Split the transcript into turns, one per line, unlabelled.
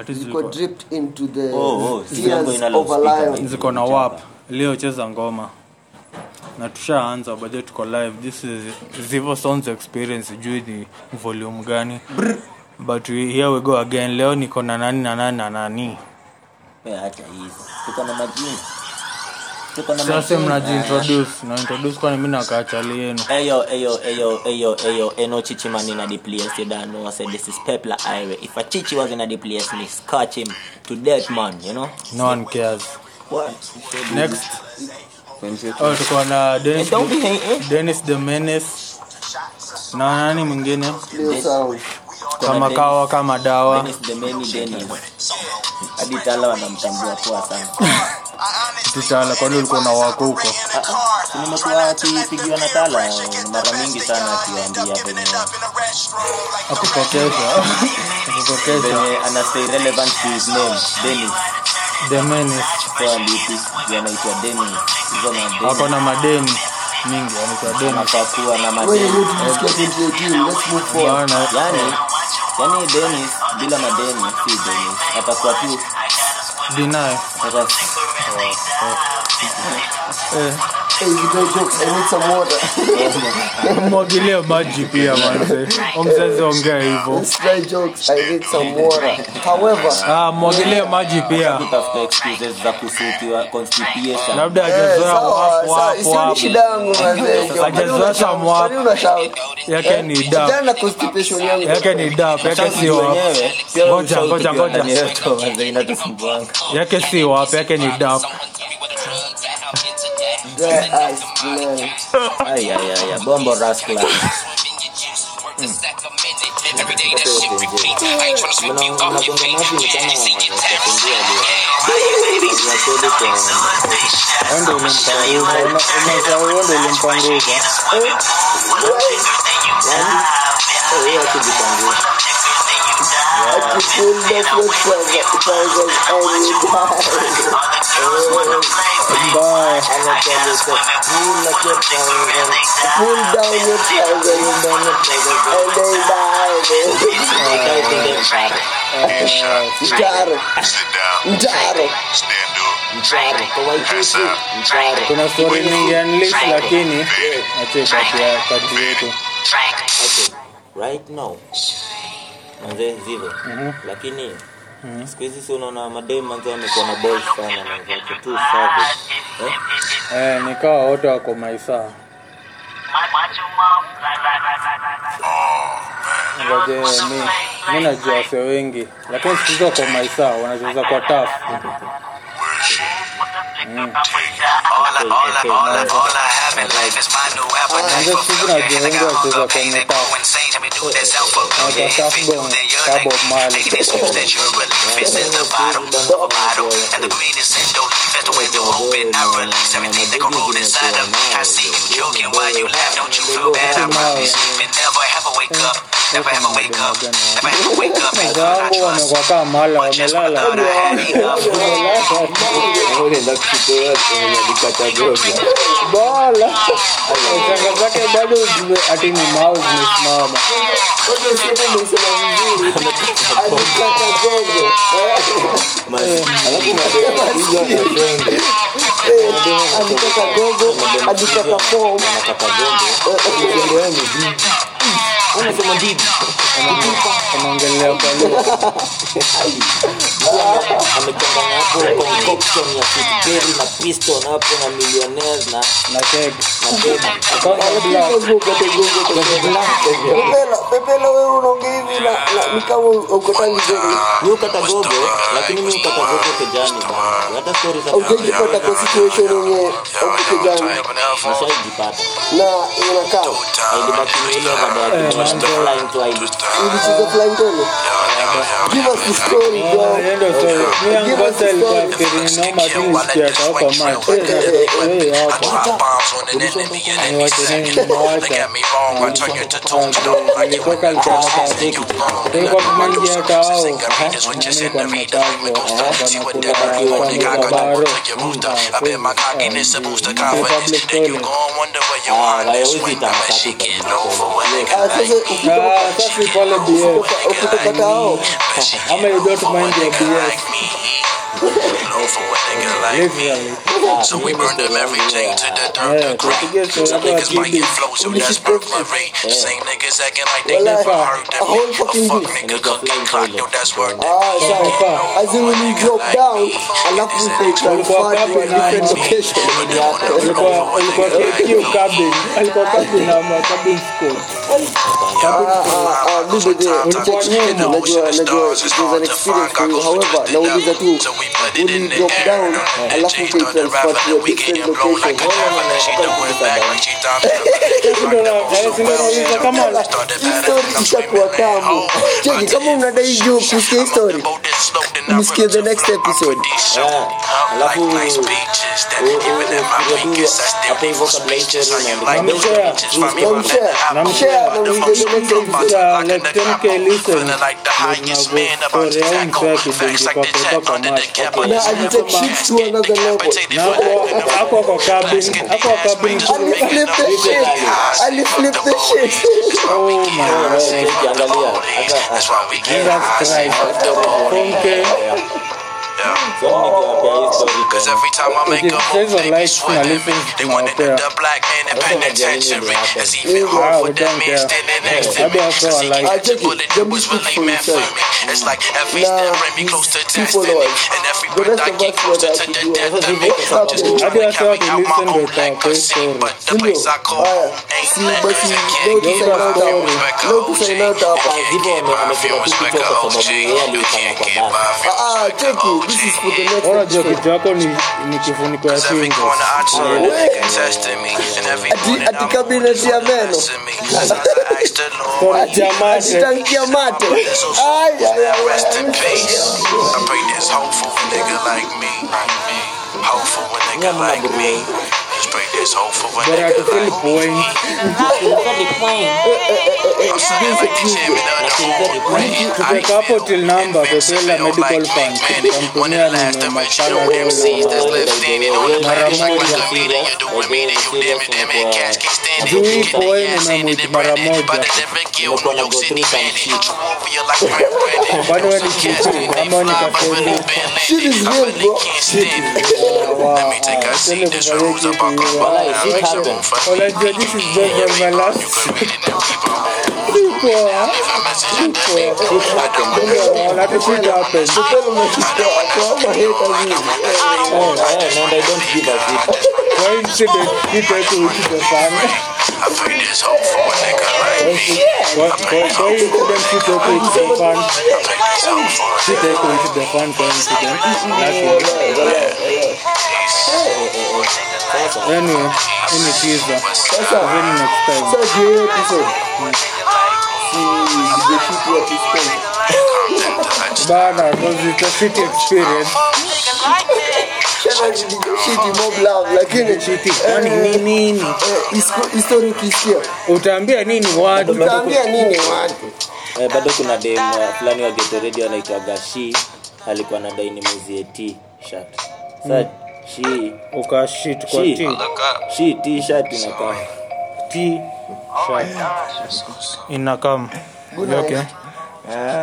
At least
zilikuwa
zilikuwa-
dripped into the
Oh, oh, si yangu
tears
ina
of a
loudspeaker,
lion.
ziko na
Jumper.
wap iliyocheza ngoma na tushaanza baje tuko live this is zivo sounds experience juu ni volume gani but we- here we go again leo niko na nani na nani na nani
Wewe Eh, acha hizo. Tuko na majini. Tuko na
sasa
majini. Eh,
mnajiintroduce naintroduce kwani mi nakachali yenu
Eyo, eyo, eyo, eyo, eyo, eno chichi man in a deep place, you don't know, I said this is Pepla Highway. If a chichi was in a deep place, me scotch him to death, man, you know?
no one cares
What?
next oh, tuko na
Eh,
Dennis,
don't be hating.
Dennis the Menace na nani mwingine
Leo sound.
kama kawa kama dawa
Dennis the many Dennis. Hadi tala wanamtambua poa sana.
tutala kwani ulikuwa na wako huko
Ah, Si nimekuwa akipigiwa na tala eh, mara mingi sana akiwaambia venye
akupokesha akupokesha
venye eh, ana stay relevant to his name Dennis.
the Menace
So alipi yanaitwa Dennis. Hizo na
ako
Dennis.
na madeni mingi anaitwa deni
Anafaa kuwa na
Wewe
madeni.
leo tulisikia 2018, let's move forward.
bana
yani yani Dennis yaani bila madeni si Dennis atakuwa tu
deny
sasa
eh,
Hey, you don't jokes, I need some water.
mwagilia maji pia manze omzazi ongea hivyo
Let's try jokes, I need some water. However,
ah, mwagilia maji pia
kutafuta excuses za kusutiwa constipation
labda
eh,
ajazoea
sawa,
wapo
sawa,
hapo
isiyo ni
hapo
shida yangu mazee. Kwani
Hajazoea
una
some
shout?
wapo.
Kwani una shout?
yake ni
Kijana
dap
na constipation yangu.
yake ni dap yake si wap Ngoja, ngoja, ngoja. yake si wap yake ni dap
Dry eyes, man.
bombo rascal
I just feel that your trouble, trousers on you, bye. Pull down your trousers and they die, baby. Mtaro, mtaro.
kuna stori nyingi yanlis lakini achie kati ya kati yetu
right now manze zivo lakini siku hizi si unaona madem manze amekuwa na boy sana manze ako too savage eh?
eh, nikawa wote wako maisaa ngoje mi mi najua wasee wengi lakini siku hizi wako maisaa wanacheza kwa taf Manze siku hizi najua wengi wacheza kwenye taf Wanaitwa Taf Gong, Tabo Mali. Wenzangu wamekuwa kaa mahala wamelala. Bala. Shanga zake bado zime- ati ni mao zimesimama.
Watu wasema umesema vizuri. Alikata gogo. Eh, Alikata gogo, alikata form.
Wanaongelea kwa lugha.
amechanganya hapo concoction ya Pitbull na piston hapo na millionaires na
Na keg. Kwanza
Alikata
black.
gogo, kata gogo, kata gogo. Pepela, Pepela wewe unaongea hivi na- na- ni kama ukotangi gogo.
mi ukata gogo lakini mi ukata gogo kejani bana hata story za
Haujajipata kwa situation yenye uko kijana
nishaijipata
na inakaa
ilibaki ni ile baba ya flying twice
ulicheza flying tele. Give us the story,
Ah,
dog.
hiyo ndio story. Mi yangu kwanza ilikuwa afikiri ni noma tu nisikie hata huko macho. Eh, eh, eh, hapo.
Drop bomb was on an enemy, an enemy
Niwache nini,
set. They
nimewacha.
got me wrong, I turn you to tone stone. I give
Nilitoka nikaona
then you wrong.
Nilikuwa kumaliza hata wao.
Margaritas with just in the
Mimi
reader.
kwa matazo,
With those
ah,
thugs, see what that
wanakula
I do.
baro,
Nigga, I got that
baro.
wood to your rooster. I bet my cockiness a booster confidence.
Republic
Then you
toilet.
gon' wonder where you
Ah,
are this
why always
way.
eat
Now
on
that she
Saturday?
get low for a nigga
Ah,
like
sasa
me.
ukitoka
Ah, sasa ni pale BS.
uka- ukitokata hao
Bet she
Ama
get
you
low
don't
for a
mind your
nigga
BS.
like me. Low for a nigga like me.
Literally.
So we burned up everything to the third
Yeah,
degree.
tupigie
Some
soda
niggas might
kidi.
get flows, so that's birth my ring. Same niggas acting like they
Well,
never
uh,
heard
a
that
whole
me. A
fucking
fuck
week.
nigga cooking cock, yo, that's worth it.
Ah, sawa.
Sawa.
As in when you drop down, alafu
Walikuwa
ukaifanya to a
kabla na
different
nini?
location.
Alikuwa alikuwa kiu cabin, alikuwa cabin na ma cabin squad.
Ah, ah, ah, mi bebe,
Ulikuwa
unacheki,
nyuma.
najua- najua it was an experience for you. However, nauliza tu,
So we put it in
uli
the
drop
air,
down,
and
alafu
she
ukai
thought the
transfer
rapper
to
that
a
we get
different
you blown like a
location.
dapper, and she done went back like she thought the rapper.
Ndio na eh, si ndio nauliza kama
Started
Hii
bad,
story
I'm
ishakuwa
screaming, man,
tamu.
oh,
Cheki, kama unadai juu kusikia hii story, msikie the next episode.
Alafu,
Na alitake shit to another level.
Na hapo hapo kwa cabin, hapo kwa cabin.
Aliflip the shit. Aliflip the shit.
Oh my god. Jesus Christ. Konke.
Cause every time I make a
It
move,
says on
they be
life, my
sweating me.
listeners
They
now,
wanted
yeah.
the black man in penitentiary. It's even
Yeah.
Wow,
hard for them
damn,
man
yeah.
standing next
Yeah.
to
I
me.
do, I
Cause he
like-
catch
I
a
take
bullet
it.
that
Them
was
people
really
for
meant for
themselves.
me. It's like every
Nah,
step bring me
these
close to
people
destiny.
are-
And every
the
breath
rest
I
of
get
us were
closer to
like you.
the death of me.
What's
I'm
up,
just
dude?
trying
I
to
do, I do,
carry out my
listen to
own
that, listen.
legacy. But the
Sindio?
place I call
Haya,
home ain't
si
black.
basi
You
leo
can't
tusaina
get my
hapa.
feelings back
Leo
OG.
tusaina hapa.
You
Zivo ame-
can't get my
amefika
feelings
tu
back
kutoka kwa
OG.
sababu yeye
You
alifanya
can't
kwa
get
basi.
my feelings
Ah, ah,
back
cheki. This is for the
OG.
next
Ona joki
episode.
chako ni ni kifuniko ya
Cause every
singo.
corner I turn, they contesting me. And every
Ati-
morning
ati
I'm
cabinet ya meno.
blessing me. Since I asked the Lord,
Sorry, jamani.
Ajitangia mate.
brothers who
Ay,
souls
ay, ay,
now rest
ay.
in peace. I pray this hope for a nigga like me. Hope for a nigga like me. Just pray this hope for a
Bora
nigga
tufili
like me.
point.
I'm sorry, like the chairman of the whole ring. I
Tutaweka hapo
feel
till number
invincible
Kotela Medical
like
Fund.
Big Ben. One of
Kampuni ya
the last
nime
time I show MCs that's
makala
left standing on the
Mara
planet. Like
moja.
Mr. Media, you doing me, then you damn it, damn it, cash keep standing.
Dewey
Get the
Cohen
ass
na
handed and
Mara
branded.
moja.
But it's never killed
Imekuwa
New
na
York City
gotrika
bandit.
nchi.
True over you like Grant Brandon.
Bado wewe
So
ni
cash
kitu
they they
kama
fly, but really
nikasema.
been
Shit is
landed. I
real,
really
bro.
can't stand it. Let me take a seat. This
Television
rules up our
kitu
compound.
hiyo.
Like,
Now
shit
make some
happened.
room for me.
Ola jo this is just on my
You
last.
can read it and keep on moving.
Poa.
Leave a message at the beat. I don't
Ola to shit happen.
Kupelo umeshika kwa haters hivi.
Eh,
Why should the people to to the fan?
I pray this hope for a nigga like me.
Why why should them people to to the fan?
I pray this hope for a nigga
People to the fan coincident. That's it. Anyway, in the teaser. Even next time.
Sasa hiyo episode. Si the people at this point.
Bana, cause it's a city experience.
Tena zidi shit mob love lakini
City, kwani
eh,
ni nini?
eh, isko- history ukisikia.
Utaambia nini watu?
Utaambia nini watu?
Eh, bado kuna dem uh, fulani wa geto radio anaitwaga shi alikuwa na daini mwezi eti shirt sa shi
Ukashit kwa
Shi.
ti.
shi t shirt inakaa
Ti.
inakam okay.